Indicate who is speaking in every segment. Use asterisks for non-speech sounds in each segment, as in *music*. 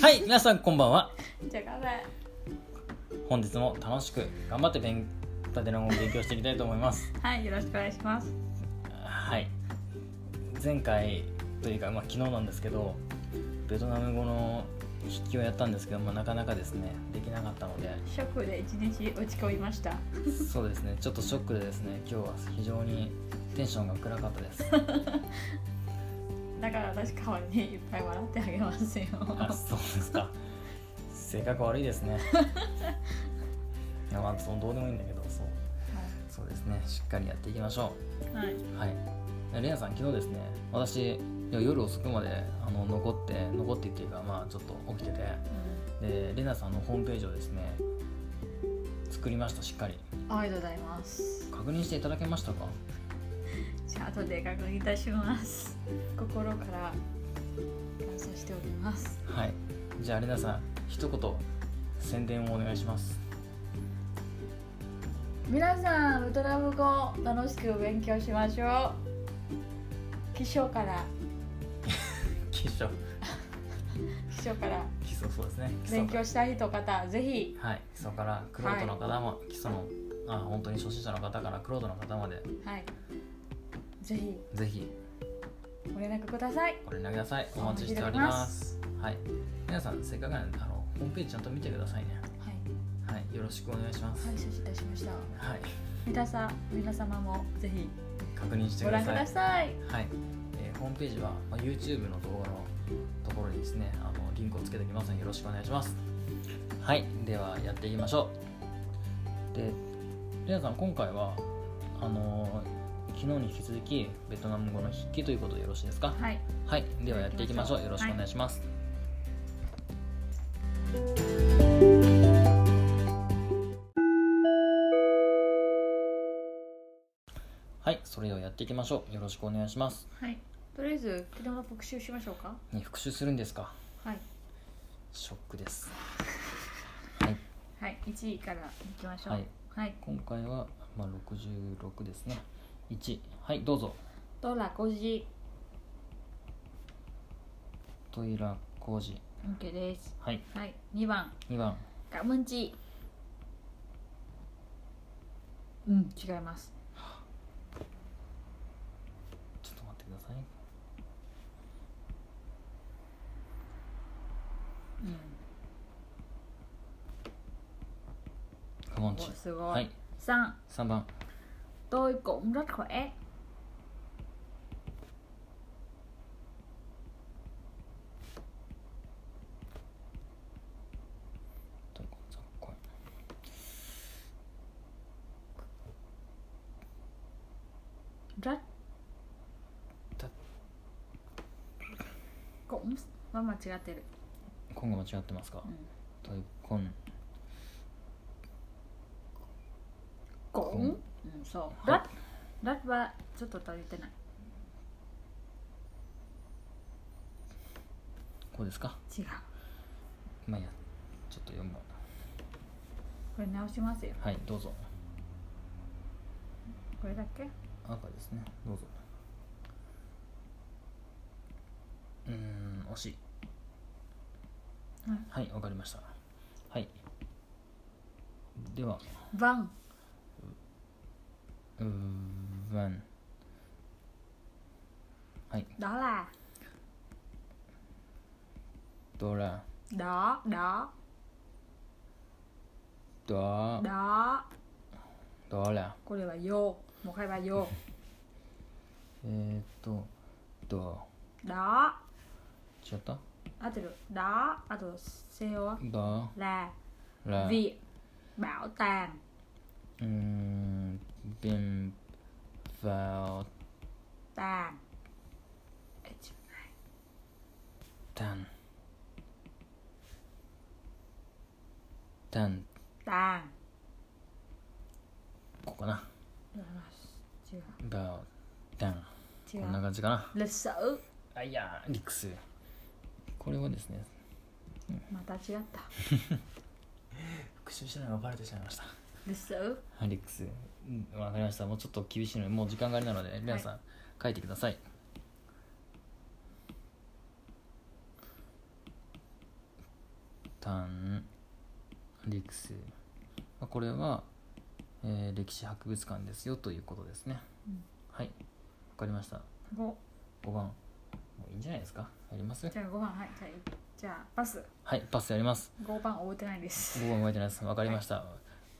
Speaker 1: はい皆さんこんばんは
Speaker 2: じゃあ頑張れ
Speaker 1: 本日も楽しく頑張って勉立ての勉強していきたいと思います
Speaker 2: はいよろしくお願いします
Speaker 1: はい前回というか、まあ、昨日なんですけどベトナム語の筆記をやったんですけど、まあ、なかなかですねできなかったので
Speaker 2: ショックで一日落ち込みました
Speaker 1: そうですねちょっとショックでですね今日は非常にテンションが暗かったです
Speaker 2: だから私代わりにいっぱい笑ってあげますよ
Speaker 1: あそうですか性格悪いですねいやまあそのどうでもいいんだけどそうそうですねしっかりやっていきましょう
Speaker 2: はい
Speaker 1: はい、レナさん、昨日ですね、私、夜遅くまであの残って、残ってっていうか、まあ、ちょっと起きてて、でレナさんのホームページをですね、作りました、しっかり。
Speaker 2: ありがとうございます
Speaker 1: 確認していただけましたか
Speaker 2: じゃあ後で確認いたします心から感想しております
Speaker 1: はい。じゃあ、レナさん、一言、宣伝をお願いします。
Speaker 2: 皆さんベトナム語楽しく勉強しましょう起床から
Speaker 1: *laughs* 基礎、
Speaker 2: 起床から
Speaker 1: 基礎、そうですね。基礎
Speaker 2: 勉
Speaker 1: か
Speaker 2: 強したいと方ぜひ
Speaker 1: はい、基礎から、クロートの方も、基礎の、あ、本当に初心者の方から、クロートの方まで、
Speaker 2: はいぜひ
Speaker 1: ぜひ、
Speaker 2: ご連絡ください
Speaker 1: ご連絡ください。お待ちしております。はい。皆さん、せっかくなんで、あの、ホームページちゃんと見てくださいね。
Speaker 2: はい
Speaker 1: はい。よろしくお願いします。
Speaker 2: はい承知いたしました
Speaker 1: はい。
Speaker 2: 皆さん皆様もぜひ
Speaker 1: 確認して
Speaker 2: ご
Speaker 1: くだ
Speaker 2: 覧く
Speaker 1: さい。
Speaker 2: ださい
Speaker 1: はい。えーホームページは、まあ、YouTube の動画のところにですね、あのリンクをつけておきますので、よろしくお願いします。はい。では、やっていきましょう。で、レナさん、今回は、あのー昨日に引き続き、ベトナム語の筆記ということでよろしいですか
Speaker 2: はい
Speaker 1: はい、ではやっていきましょう。よろしくお願いします。はい、それではやっていきましょう。よろしくお願いします。
Speaker 2: はいとりあえず昨日の復習しましょうか
Speaker 1: ね、復習するんですか。
Speaker 2: はい
Speaker 1: ショックです。はい、
Speaker 2: はい1位からいきましょう
Speaker 1: はい、
Speaker 2: はい
Speaker 1: 今回はまあ六十六ですね。一、はい、どうぞ。
Speaker 2: ドラ5時
Speaker 1: トイラ工事。
Speaker 2: OK です
Speaker 1: はい、
Speaker 2: はい2番
Speaker 1: 二番。
Speaker 2: ガムンチうん違います
Speaker 1: ちょっと待ってください。
Speaker 2: うん
Speaker 1: カモン
Speaker 2: お
Speaker 1: チ。
Speaker 2: すご、
Speaker 1: はいい、
Speaker 2: 三
Speaker 1: 三番。
Speaker 2: tôi cũng rất khỏe rất
Speaker 1: Rất.
Speaker 2: cũng は間違ってる
Speaker 1: 今後間違ってますか。トイコン。
Speaker 2: cũng Ừ, うんそう rất rất はちょっと足りてない
Speaker 1: こうですか。
Speaker 2: 違う
Speaker 1: まあ、いいや。ちょっと読む。
Speaker 2: これ直しますよ
Speaker 1: はい、どうぞ。
Speaker 2: これだけ
Speaker 1: 赤ですね。どうぞ。うーん、惜しい。
Speaker 2: うん
Speaker 1: はい、わかりました。はい。では、
Speaker 2: vâng
Speaker 1: うーん、ワン。はい、
Speaker 2: đó là
Speaker 1: ドラ、
Speaker 2: đó đó Ờ.
Speaker 1: ドア、
Speaker 2: đó
Speaker 1: ドラ。
Speaker 2: これは yo もう一回は yo
Speaker 1: えーっと、ド
Speaker 2: đó
Speaker 1: 違った
Speaker 2: 合ってる đó あと声は
Speaker 1: ド
Speaker 2: là
Speaker 1: ラ、う
Speaker 2: viện bảo tàng
Speaker 1: ーん、ビン、ファオ、
Speaker 2: tàng
Speaker 1: タン。タン、
Speaker 2: tàng
Speaker 1: ここかな。
Speaker 2: 違う
Speaker 1: バオ、タン。
Speaker 2: 違
Speaker 1: こんな
Speaker 2: う
Speaker 1: 感じかな。
Speaker 2: lịch sử
Speaker 1: あいやー、リックス。これはですね、
Speaker 2: また違った
Speaker 1: 復習してないのがバレてしまいました。
Speaker 2: lịch sử
Speaker 1: はい、リックス。うんわ、かりました。もうちょっと厳しいので、もう時間があれなので、皆さん、書いてください。ン陸生まあこれは、えー歴史博物館ですよということですね、
Speaker 2: うん
Speaker 1: はいわかりました
Speaker 2: 五。
Speaker 1: 5番もういいんじゃないですかやります
Speaker 2: じゃあ五番はいじゃあいじゃあパス
Speaker 1: はいパスやります
Speaker 2: 五番終えてないです。
Speaker 1: 5番覚えてないですわかりました、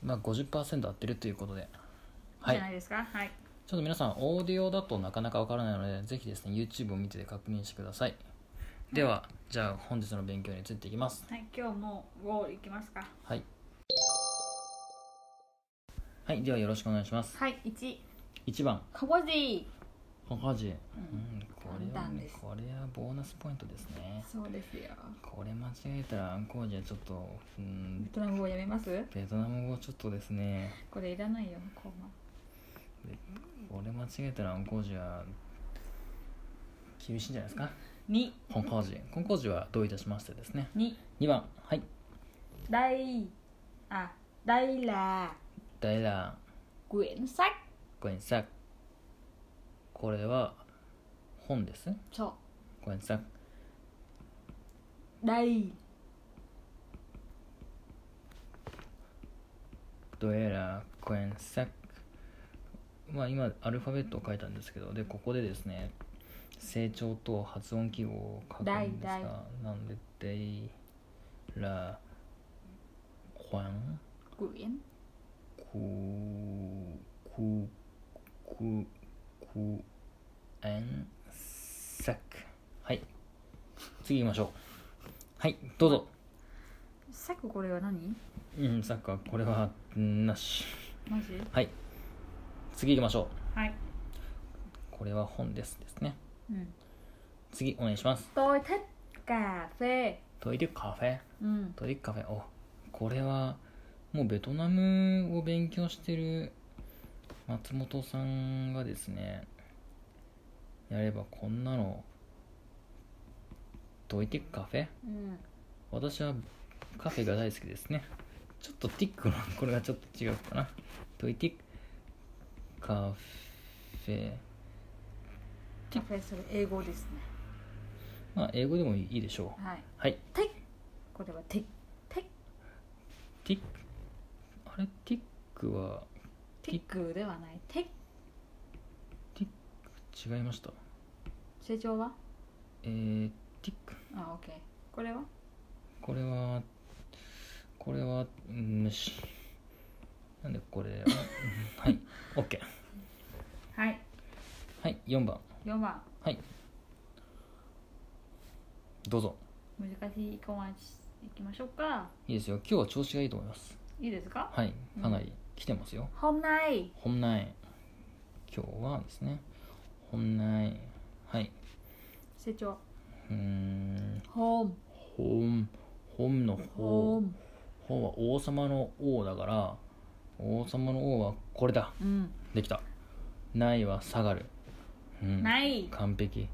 Speaker 1: まあ50%合ってるということではい
Speaker 2: じゃないですかはい。
Speaker 1: ちょっと皆さんオーディオだとなかなかわからないのでぜひですね YouTube を見てて確認してくださいではじゃあ本日の勉強についていきます
Speaker 2: はい今日も五いきますか。
Speaker 1: はいはいではよろしくお願いします
Speaker 2: はい一。
Speaker 1: 1番
Speaker 2: カゴジ
Speaker 1: この字、うん
Speaker 2: ん
Speaker 1: これは
Speaker 2: 簡単
Speaker 1: ね
Speaker 2: です
Speaker 1: これはボーナスポイントですね
Speaker 2: そうですよ。
Speaker 1: これ間違えたらアンコージはちょっとうん
Speaker 2: ベトナム語やめます？
Speaker 1: ベトナム語ちょっとですね
Speaker 2: これいらないよ後半。
Speaker 1: これ間違えたらアンコージは厳しいんじゃないですか
Speaker 2: 二
Speaker 1: コンコージコンコージはどういたしましてですね
Speaker 2: 二
Speaker 1: 2番はい
Speaker 2: đây à đây là
Speaker 1: đây là
Speaker 2: quyển sách
Speaker 1: quyển sách これは本です
Speaker 2: chọn
Speaker 1: quyển sách
Speaker 2: đây
Speaker 1: đây là quyển sách まあ今アルファベットを書いたんですけどでここでですね成長と発音記号を書くんです
Speaker 2: だい
Speaker 1: がなんで đây là quyển
Speaker 2: quyển
Speaker 1: ここここえんさくはい次行きましょうはいどうぞ
Speaker 2: sách của cô đều là gì
Speaker 1: うんサッカーこれはなし
Speaker 2: nói gì
Speaker 1: はい次行きましょ
Speaker 2: hai
Speaker 1: うこれは本ですですね
Speaker 2: ừ.
Speaker 1: 次お願いします
Speaker 2: tôi thích cà phê
Speaker 1: トイレカフェ
Speaker 2: ừ.
Speaker 1: トイレカフェおこれはもうベトナムを勉強してる松本さんがですねやればこんなのどいてカフェ
Speaker 2: Ừ.
Speaker 1: 私はカフェが大好きですねちょっとティックのこれがちょっと違うかなどいてカフェ
Speaker 2: cà phê sẽ là egoですね
Speaker 1: まあ英語でもいいでしょう
Speaker 2: hai
Speaker 1: はい
Speaker 2: thích cô đều là thích thích
Speaker 1: ティックあれティックは
Speaker 2: thích cử đều là này thích
Speaker 1: 違いました
Speaker 2: sẽ cho quá
Speaker 1: えー、ティック
Speaker 2: à ok cô đều
Speaker 1: これはこれはうん虫なんでこれあ *laughs* はい OK
Speaker 2: hai
Speaker 1: はい4番
Speaker 2: vô mà
Speaker 1: はいどうぞ
Speaker 2: 難しいコマいきましょうか
Speaker 1: いいですよ今日は調子がいいと思います
Speaker 2: いいですか
Speaker 1: はいかなり来てますよ
Speaker 2: hôm nay
Speaker 1: 本内今日はですね本内はい
Speaker 2: 成長
Speaker 1: うーん
Speaker 2: home
Speaker 1: 本本の方
Speaker 2: home
Speaker 1: 本は王様の王だから王様の王はこれだ
Speaker 2: うん
Speaker 1: できたないは下がる、うん、
Speaker 2: ない
Speaker 1: 完璧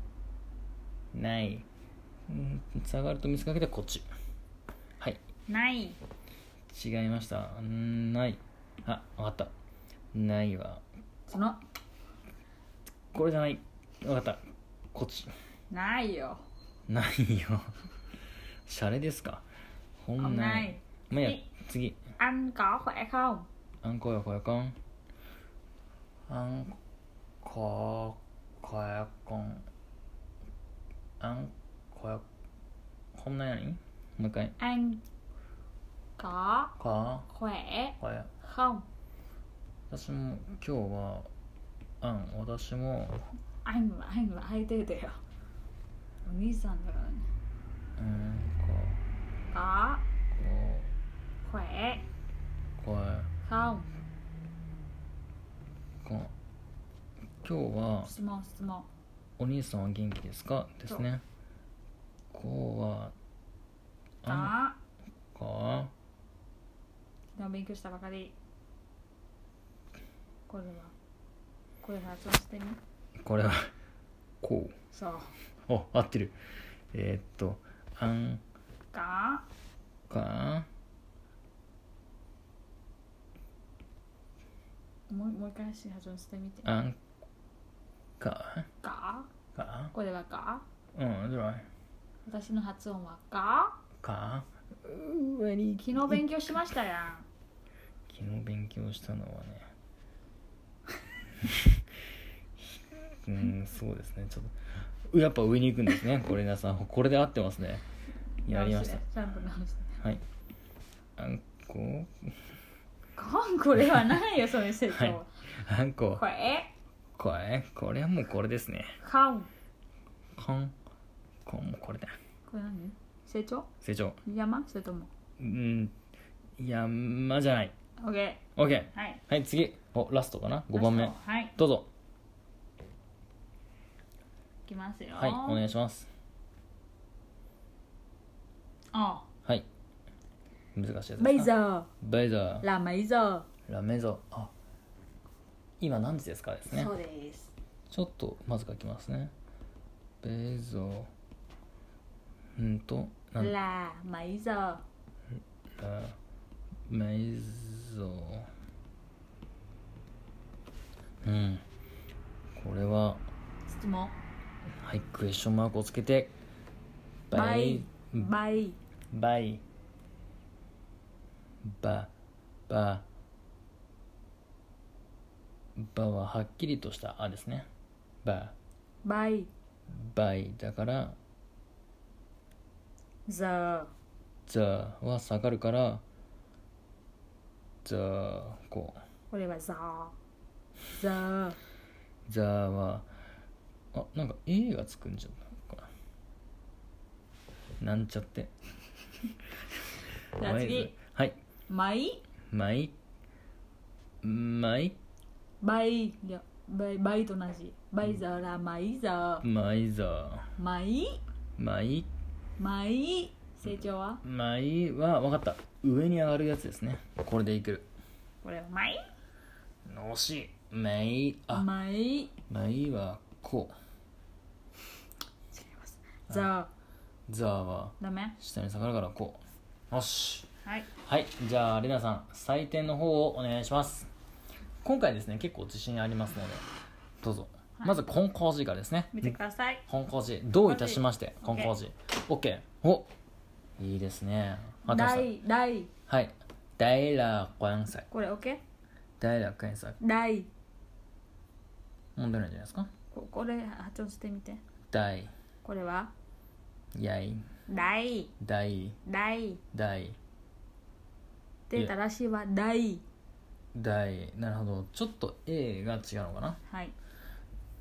Speaker 1: ない、うん、下がると見せかけてこっちはい
Speaker 2: ない
Speaker 1: 違いましたうんないあ分かったないは
Speaker 2: その
Speaker 1: これじゃない分かったこっち
Speaker 2: ないよ
Speaker 1: ないよ *laughs* シャレですか本
Speaker 2: ない
Speaker 1: まあ、いいや次
Speaker 2: anh có khỏe không
Speaker 1: あんこやこやこんあんここやこんあんこやこんなやにもう一回
Speaker 2: anh có
Speaker 1: か
Speaker 2: khỏe
Speaker 1: こや
Speaker 2: không
Speaker 1: 私も今日はあん私も
Speaker 2: anh là anh là ai tê tê à o n さんだからね
Speaker 1: うん
Speaker 2: có
Speaker 1: か
Speaker 2: khỏe
Speaker 1: ここや
Speaker 2: không
Speaker 1: こん今日は
Speaker 2: 質問質問
Speaker 1: お兄さんは元気ですかですねこうはあ
Speaker 2: あ
Speaker 1: んか
Speaker 2: 昨日勉強したばかりこれはこれ発音してみ
Speaker 1: これはこう
Speaker 2: そう
Speaker 1: お合ってるえーっとあん
Speaker 2: か
Speaker 1: か
Speaker 2: もうもう一回し発音してみて
Speaker 1: あんか
Speaker 2: か
Speaker 1: か
Speaker 2: これはか
Speaker 1: うんじゃない
Speaker 2: 私の発音はか
Speaker 1: か上に
Speaker 2: 昨日勉強しましたやん
Speaker 1: 昨日勉強したのはね *laughs* うんそうですねちょっとやっぱ上に行くんですねこれ皆さんこれで合ってますねやりました
Speaker 2: 直てちゃんと直して
Speaker 1: はいあんこ
Speaker 2: こんこれはないよそういう説
Speaker 1: はい
Speaker 2: を
Speaker 1: あんこ
Speaker 2: これ
Speaker 1: これこれはもうこれですね
Speaker 2: かん
Speaker 1: こんこんもうこれだ
Speaker 2: これ何成長
Speaker 1: 成長
Speaker 2: 山それとも
Speaker 1: うん山じゃない
Speaker 2: OK
Speaker 1: OK
Speaker 2: はい
Speaker 1: はい次おラストかな5番目
Speaker 2: ラストはい
Speaker 1: どうぞ
Speaker 2: いきますよ
Speaker 1: はいお願いします
Speaker 2: あ
Speaker 1: はい難しいやつですか
Speaker 2: メイザ
Speaker 1: バイザ
Speaker 2: ーラメイザ
Speaker 1: ーラメゾあ今何時ですかです
Speaker 2: ー
Speaker 1: ね
Speaker 2: そうです
Speaker 1: ちょっとまず書きますねベゾうんとなんラ
Speaker 2: ラメイザ
Speaker 1: メゾうんこれは
Speaker 2: ー質問
Speaker 1: はいクエスチョンマークをつけて
Speaker 2: バイバイ
Speaker 1: バイバババははっきりとした「あ」ですねバ
Speaker 2: バイ
Speaker 1: バイだから
Speaker 2: ザ
Speaker 1: ザは下がるからザこう
Speaker 2: ーこれはザーザー
Speaker 1: ザはあなんか A がつくんじゃないかななんちゃって
Speaker 2: じゃあ次
Speaker 1: ごめんはい
Speaker 2: マイ
Speaker 1: マイマイ
Speaker 2: バイいやバイバイと同じバイザーラマイザ
Speaker 1: マイザ
Speaker 2: ーマイ
Speaker 1: マイ
Speaker 2: マイ成長は
Speaker 1: まあいいは分かった上に上がるやつですねこれでいける
Speaker 2: これはマイ
Speaker 1: 惜しいまあいいあ
Speaker 2: マイ
Speaker 1: まあいいはこ
Speaker 2: ザ
Speaker 1: うザーは
Speaker 2: ーダメ
Speaker 1: 下に下がるからこうよし
Speaker 2: はい
Speaker 1: はいじゃあレナさん採点の方をお願いします今回ですね結構自信ありますのでどうぞ、
Speaker 2: はい
Speaker 1: まずコンコージからですね
Speaker 2: 見てください
Speaker 1: コンコージどういたしましてコ
Speaker 2: コ
Speaker 1: ンコ
Speaker 2: ンコ
Speaker 1: ー
Speaker 2: ー
Speaker 1: ジ OK おいいですね合ってま
Speaker 2: ダ
Speaker 1: した
Speaker 2: イダイ
Speaker 1: はい大楽观察
Speaker 2: これ OK
Speaker 1: 大楽観察
Speaker 2: ダイ
Speaker 1: 問題ないんじゃないですか
Speaker 2: ここれ発音してみて
Speaker 1: 大
Speaker 2: これは
Speaker 1: やい
Speaker 2: ダイ
Speaker 1: だい
Speaker 2: ダイ
Speaker 1: だい
Speaker 2: で正しいはダイ
Speaker 1: だいなるほどちょっと A が違うのかな
Speaker 2: はい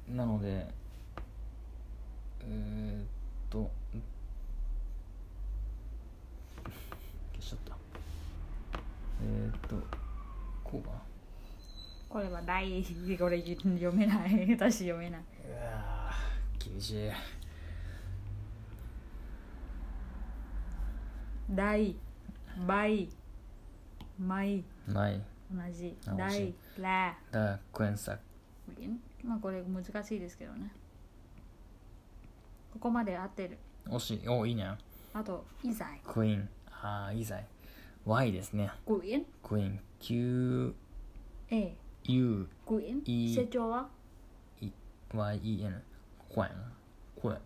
Speaker 1: なのでえー、っと消しちゃったえー、っとこうかな
Speaker 2: これはダイこれ読めない私読めないう
Speaker 1: わー厳しい
Speaker 2: ダイバイマイ
Speaker 1: ない
Speaker 2: 同じ
Speaker 1: あ
Speaker 2: ダ
Speaker 1: 惜しい
Speaker 2: イラ
Speaker 1: だクエンサ
Speaker 2: まあこれ難しいですけどねここまで合ってる
Speaker 1: 惜しいおいいね
Speaker 2: あとイザイ
Speaker 1: クイーンああいいざい Y ですね
Speaker 2: グイン
Speaker 1: クイーン QUEN
Speaker 2: A グイ
Speaker 1: い
Speaker 2: ン成長は
Speaker 1: Y-E-N コエンコエン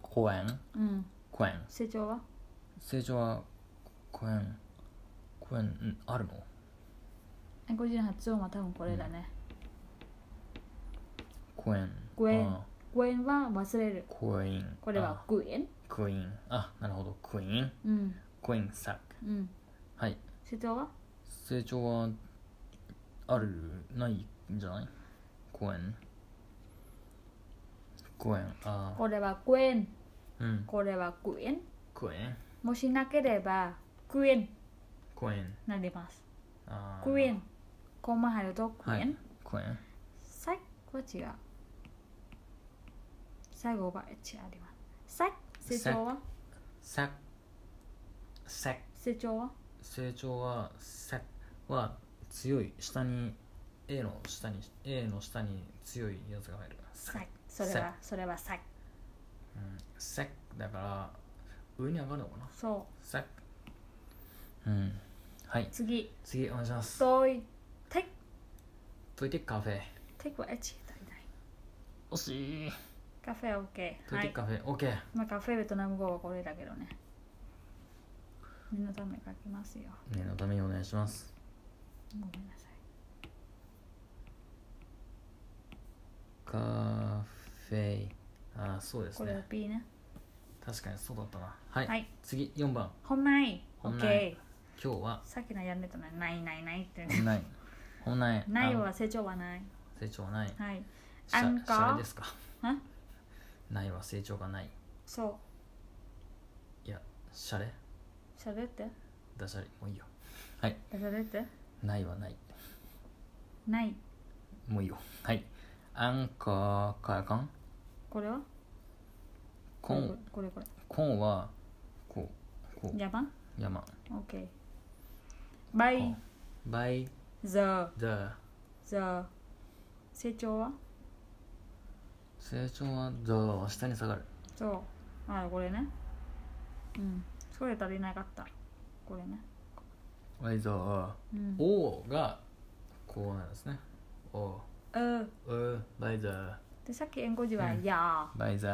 Speaker 1: コエン
Speaker 2: うん
Speaker 1: コエン
Speaker 2: 成長は
Speaker 1: 成長はコエンコエンうんあるの
Speaker 2: 個人発音は多分これだね、
Speaker 1: コエン
Speaker 2: コエン
Speaker 1: あ
Speaker 2: グエンは忘れる
Speaker 1: コエイン
Speaker 2: これは
Speaker 1: あ
Speaker 2: グエン
Speaker 1: クイーンあなるほどクイーン
Speaker 2: うん
Speaker 1: クイーンサック
Speaker 2: うん
Speaker 1: はい
Speaker 2: 成長は
Speaker 1: 成長はあるないんじゃないコエンコエンあ
Speaker 2: これはグエン
Speaker 1: うん
Speaker 2: これはグエン
Speaker 1: コエン
Speaker 2: もしなければグエンに
Speaker 1: コエン
Speaker 2: なります
Speaker 1: あー
Speaker 2: グエンコマ入るとグ
Speaker 1: は
Speaker 2: エン、
Speaker 1: いコエン
Speaker 2: 最後は違う最後は違います最成長は
Speaker 1: サックサック
Speaker 2: 成長は
Speaker 1: 成長はせは強い下に A の下に A の下に強いやつが入るせ
Speaker 2: 最それはそれは最
Speaker 1: うんせだから上に上がるのかな
Speaker 2: そ
Speaker 1: せうんはいう
Speaker 2: 次
Speaker 1: 次お願いします
Speaker 2: ソイテク
Speaker 1: トイティックカフェ
Speaker 2: テクは H 足りない
Speaker 1: 惜しい
Speaker 2: カフェ OK
Speaker 1: トイテ
Speaker 2: は
Speaker 1: ィック
Speaker 2: い
Speaker 1: カフェ OK
Speaker 2: まあカフェベトナム語はこれだけどね念のため書きますよ
Speaker 1: 念のためにお願いします
Speaker 2: ごめんなさい
Speaker 1: カフェイあーそうです
Speaker 2: これを
Speaker 1: ね
Speaker 2: B ね
Speaker 1: 確かにそうだったなはい、
Speaker 2: はい
Speaker 1: 次4番
Speaker 2: 本内
Speaker 1: 本内
Speaker 2: OK
Speaker 1: 今日は
Speaker 2: さっきのやんねたのにないないないってね
Speaker 1: 本内本内
Speaker 2: ないは成長はない
Speaker 1: あ成長はない
Speaker 2: はい
Speaker 1: しゃ
Speaker 2: アンカー
Speaker 1: しゃれですか
Speaker 2: あ
Speaker 1: ないは成長がない
Speaker 2: そう
Speaker 1: いやしゃれ
Speaker 2: 喋って
Speaker 1: ダジャレもういいよ
Speaker 2: 喋って
Speaker 1: ないはない
Speaker 2: ない
Speaker 1: もういいよはいアンカーからかん
Speaker 2: これは
Speaker 1: コン
Speaker 2: これこれこ
Speaker 1: コンはこうこ
Speaker 2: れ
Speaker 1: う
Speaker 2: やばん
Speaker 1: 山
Speaker 2: Dạ vâng. OK バ
Speaker 1: コ
Speaker 2: イ
Speaker 1: ン by
Speaker 2: ザ
Speaker 1: the
Speaker 2: ザ成長は
Speaker 1: 成長は the は下に下がる
Speaker 2: そうあこれねうんそれ足りなかったこれね
Speaker 1: by the は
Speaker 2: うんう
Speaker 1: O がこうなんですね O
Speaker 2: ん
Speaker 1: U by the
Speaker 2: でさっき英語字は
Speaker 1: うん
Speaker 2: や
Speaker 1: by the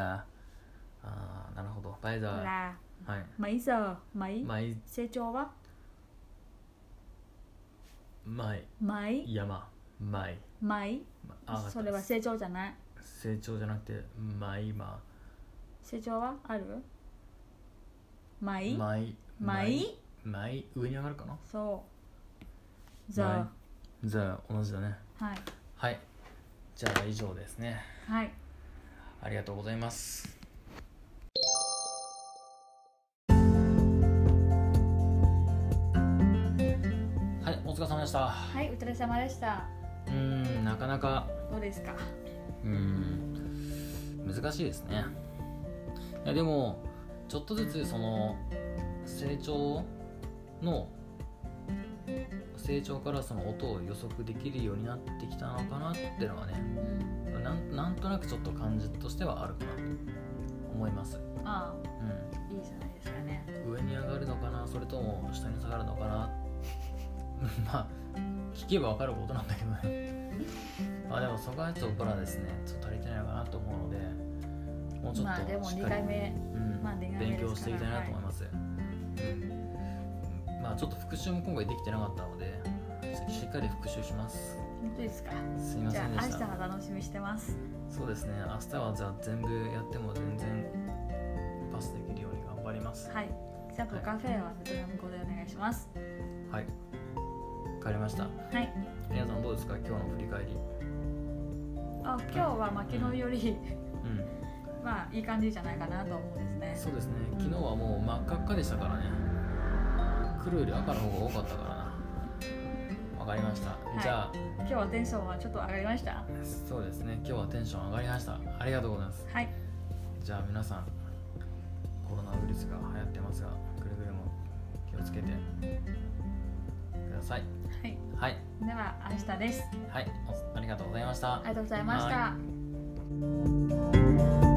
Speaker 1: あーなるほど by the は
Speaker 2: ら
Speaker 1: い
Speaker 2: mấy giờ mấy
Speaker 1: my
Speaker 2: 成長は
Speaker 1: my
Speaker 2: 毎
Speaker 1: 山 my
Speaker 2: 毎
Speaker 1: あ
Speaker 2: それは成長じゃない
Speaker 1: 成長じゃなくて my ま
Speaker 2: 成長はある毎
Speaker 1: my
Speaker 2: 毎
Speaker 1: my 上に上がるかな
Speaker 2: そうザ
Speaker 1: the 同じだね
Speaker 2: はい
Speaker 1: はいじゃあ以上ですね
Speaker 2: はい
Speaker 1: ありがとうございますはいお疲れ様でした
Speaker 2: はいお疲れ様でした
Speaker 1: うーんなかなか
Speaker 2: どうですか
Speaker 1: うーん難しいですねいやでもちょっとずつその成長の成長からその音を予測できるようになってきたのかなってのはね
Speaker 2: うん
Speaker 1: なんなんとなくちょっと感じとしてはあるかなと思います、
Speaker 2: あ
Speaker 1: う
Speaker 2: あいいじゃないですかね
Speaker 1: ん、上に上がるのかなそれとも下に下がるのかな *laughs* まあ聞けば分かることなんだけどね *laughs* まあでもそこはちょっと僕らですねちょっと足りてないのかなと思うのでもうちょっ
Speaker 2: まあで
Speaker 1: と
Speaker 2: も
Speaker 1: しっ
Speaker 2: 2
Speaker 1: かり
Speaker 2: 回目
Speaker 1: うん
Speaker 2: まあ恋愛
Speaker 1: 勉
Speaker 2: ですから
Speaker 1: 強していきたいなと思います、うんまあちょっと復習も今回できてなかったのでしっかり復習します
Speaker 2: 本当ですか
Speaker 1: すいま
Speaker 2: じ
Speaker 1: せ
Speaker 2: ゃ
Speaker 1: んで
Speaker 2: あ明
Speaker 1: し
Speaker 2: 日
Speaker 1: た
Speaker 2: は楽しみしてます
Speaker 1: そうですね明日はじゃあ全部やっても全然パスできるように頑張ります
Speaker 2: はいじゃあカフェはベトナム語でお願いします
Speaker 1: はいわかりました
Speaker 2: はい
Speaker 1: 皆さんどうですか今日の振り返り
Speaker 2: あ今日はまあ昨日より *laughs*
Speaker 1: うん
Speaker 2: まあいい感じじゃないかなと思うんですね
Speaker 1: そうですね昨日はもう真っ赤っかでしたからね黒より赤の方が多かったからなわかりました、
Speaker 2: い
Speaker 1: じゃあ
Speaker 2: 今日はテンションはちょっと上がりました
Speaker 1: そうですね今日はテンション上がりましたありがとうございます
Speaker 2: はい
Speaker 1: じゃあ皆さんコロナウイルスが流行ってますがくれぐれも気をつけてください
Speaker 2: はい
Speaker 1: はい
Speaker 2: では明日です
Speaker 1: はいおありがとうございました
Speaker 2: ありがとうございました、
Speaker 1: は